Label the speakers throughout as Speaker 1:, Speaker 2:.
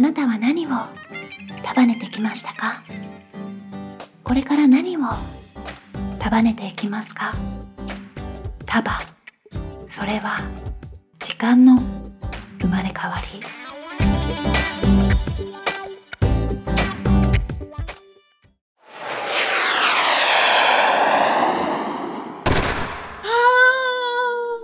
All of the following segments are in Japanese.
Speaker 1: なたは何を束ねてきましたかこれから何を束ねていきますか束それは時間の生まれ変わり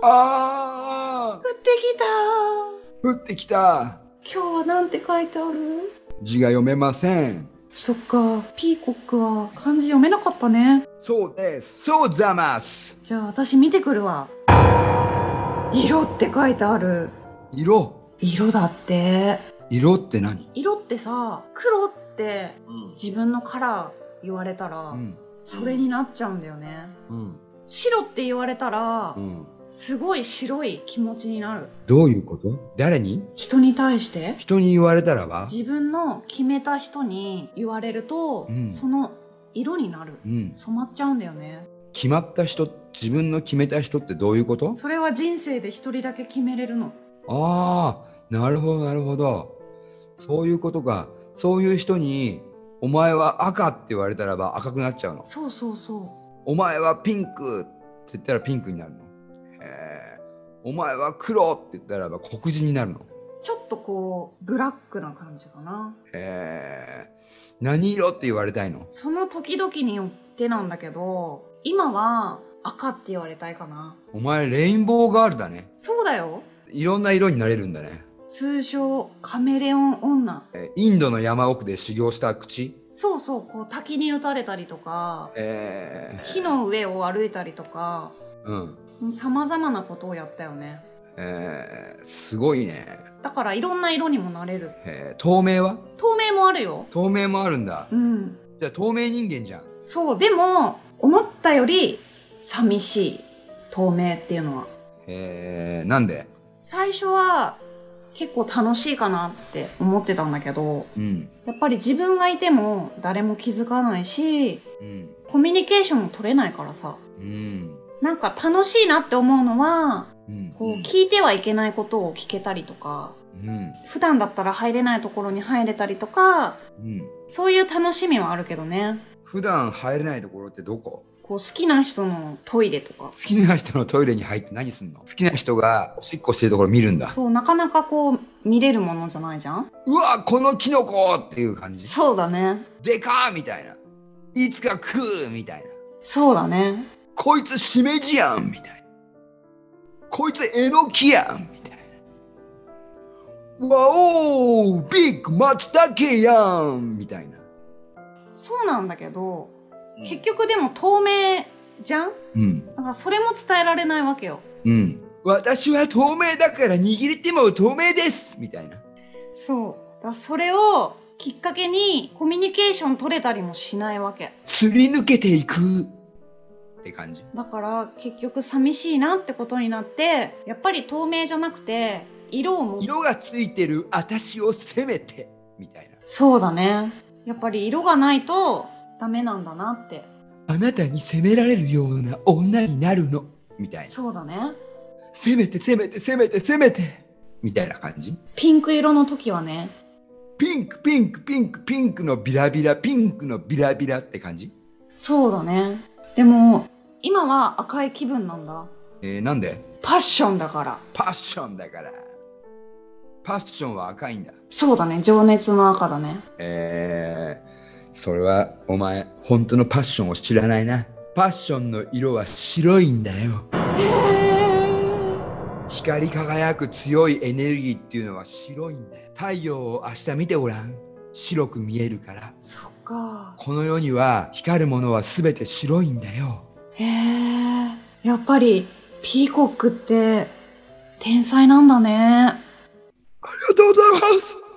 Speaker 2: ああ
Speaker 3: 降ってきた
Speaker 2: 降ってきた
Speaker 3: 今日はなんて書いてある
Speaker 2: 字が読めません
Speaker 3: そっかピーコックは漢字読めなかったね
Speaker 2: そうですそうざます
Speaker 3: じゃあ私見てくるわ色って書いてある
Speaker 2: 色
Speaker 3: 色だって
Speaker 2: 色って何
Speaker 3: 色ってさ黒って自分のカラー言われたら、
Speaker 2: うん
Speaker 3: それになっちゃうんだよね
Speaker 2: うん
Speaker 3: 白って言われたら、
Speaker 2: うん
Speaker 3: すごい白い気持ちになる
Speaker 2: どういうこと誰に
Speaker 3: 人に対して
Speaker 2: 人に言われたらば
Speaker 3: 自分の決めた人に言われると、
Speaker 2: うん
Speaker 3: その色になる
Speaker 2: うん
Speaker 3: 染まっちゃうんだよね
Speaker 2: 決まった人自分の決めた人ってどういうこと
Speaker 3: それは人生で一人だけ決めれるの
Speaker 2: ああなるほどなるほどそういうことかそういう人に「お前は赤」って言われたらば赤くなっちゃうの
Speaker 3: そうそうそ
Speaker 2: お前はピンクって言ったらピンクになるの。へえお前は黒って言ったらば黒人になるの。
Speaker 3: うちょっとこうブラックな感じかな
Speaker 2: へえ何色って言われたいの
Speaker 3: その時々によってなんだけど今は赤って言われたいかな
Speaker 2: お前レインボーガールだね。
Speaker 3: そうだよ
Speaker 2: いろんな色になれるんだね。
Speaker 3: 通称カメレオン女
Speaker 2: えインドの山奥で修行した口。
Speaker 3: そうそうこう滝に打たれたりとか
Speaker 2: え
Speaker 3: 火の上を歩いたりとか
Speaker 2: うん。
Speaker 3: さまざまなことをやったよね
Speaker 2: えー、すごいね。
Speaker 3: だからいろんな色にもなれる
Speaker 2: えー、透明は
Speaker 3: 透明もあるよ
Speaker 2: 透明もあるんだ
Speaker 3: う。ん
Speaker 2: じゃあ透明人間じゃん。
Speaker 3: そうでも思ったより寂しい透明っていうのは
Speaker 2: えー、なんで
Speaker 3: 最初は結構楽しいかなって思ってたんだけど
Speaker 2: うん。
Speaker 3: やっぱり自分がいても誰も気づかないし
Speaker 2: うん。
Speaker 3: コミュニケーションも取れないからさ
Speaker 2: うん。
Speaker 3: なんか楽しいなって思うのは
Speaker 2: うん。
Speaker 3: こう聞いてはいけないことを聞けたりとか
Speaker 2: うん。
Speaker 3: 普段だったら入れないところに入れたりとか
Speaker 2: うん。
Speaker 3: そういう楽しみはあるけどね
Speaker 2: 普段入れないところってどこ
Speaker 3: こう好きな人のトイレとか
Speaker 2: 好きな人のトイレに入って何すんの好きな人がおしっこしてるところ見るんだ
Speaker 3: そうなかなかこう見れるものじゃないじゃん
Speaker 2: うわこのキノコっていう感じ
Speaker 3: そうだね
Speaker 2: でかーみたいないつか食うみたいな
Speaker 3: そうだね
Speaker 2: こいつしめじやんみたいなこいつえのきやんみたいなわおービッグ松茸やんみたいな
Speaker 3: そうなんだけど結局でも透明じゃん
Speaker 2: うん
Speaker 3: だからそれも伝えられないわけよ
Speaker 2: うん私は透明だから握れても透明ですみたいな
Speaker 3: そうだからそれをきっかけにコミュニケーション取れたりもしないわけ
Speaker 2: すり抜けていくって感じ
Speaker 3: だから結局寂しいなってことになってやっぱり透明じゃなくて色をも
Speaker 2: 色がついてる私を責めてみたいな
Speaker 3: そうだねやっぱり色がないとダメなんだなって
Speaker 2: あなたに責められるような女になるのみたいな
Speaker 3: そうだね
Speaker 2: 責めて責めて責めて責めてみたいな感じ
Speaker 3: ピンク色の時はね
Speaker 2: ピンクピンクピンクピンクのビラビラピンクのビラビラって感じ
Speaker 3: そうだねでも今は赤い気分なんだ
Speaker 2: えー、なんで
Speaker 3: パッションだから
Speaker 2: パッションだからパッションは赤いんだ
Speaker 3: そうだね情熱の赤だね
Speaker 2: えー、それはお前本当のパッションを知らないなパッションの色は白いんだよ光り輝く強いエネルギーっていうのは白いんだよ太陽を明日見てごらん白く見えるから
Speaker 3: そっか
Speaker 2: この世には光るものは全て白いんだよ
Speaker 3: へえやっぱりピーコックって天才なんだね
Speaker 2: ありがとうございます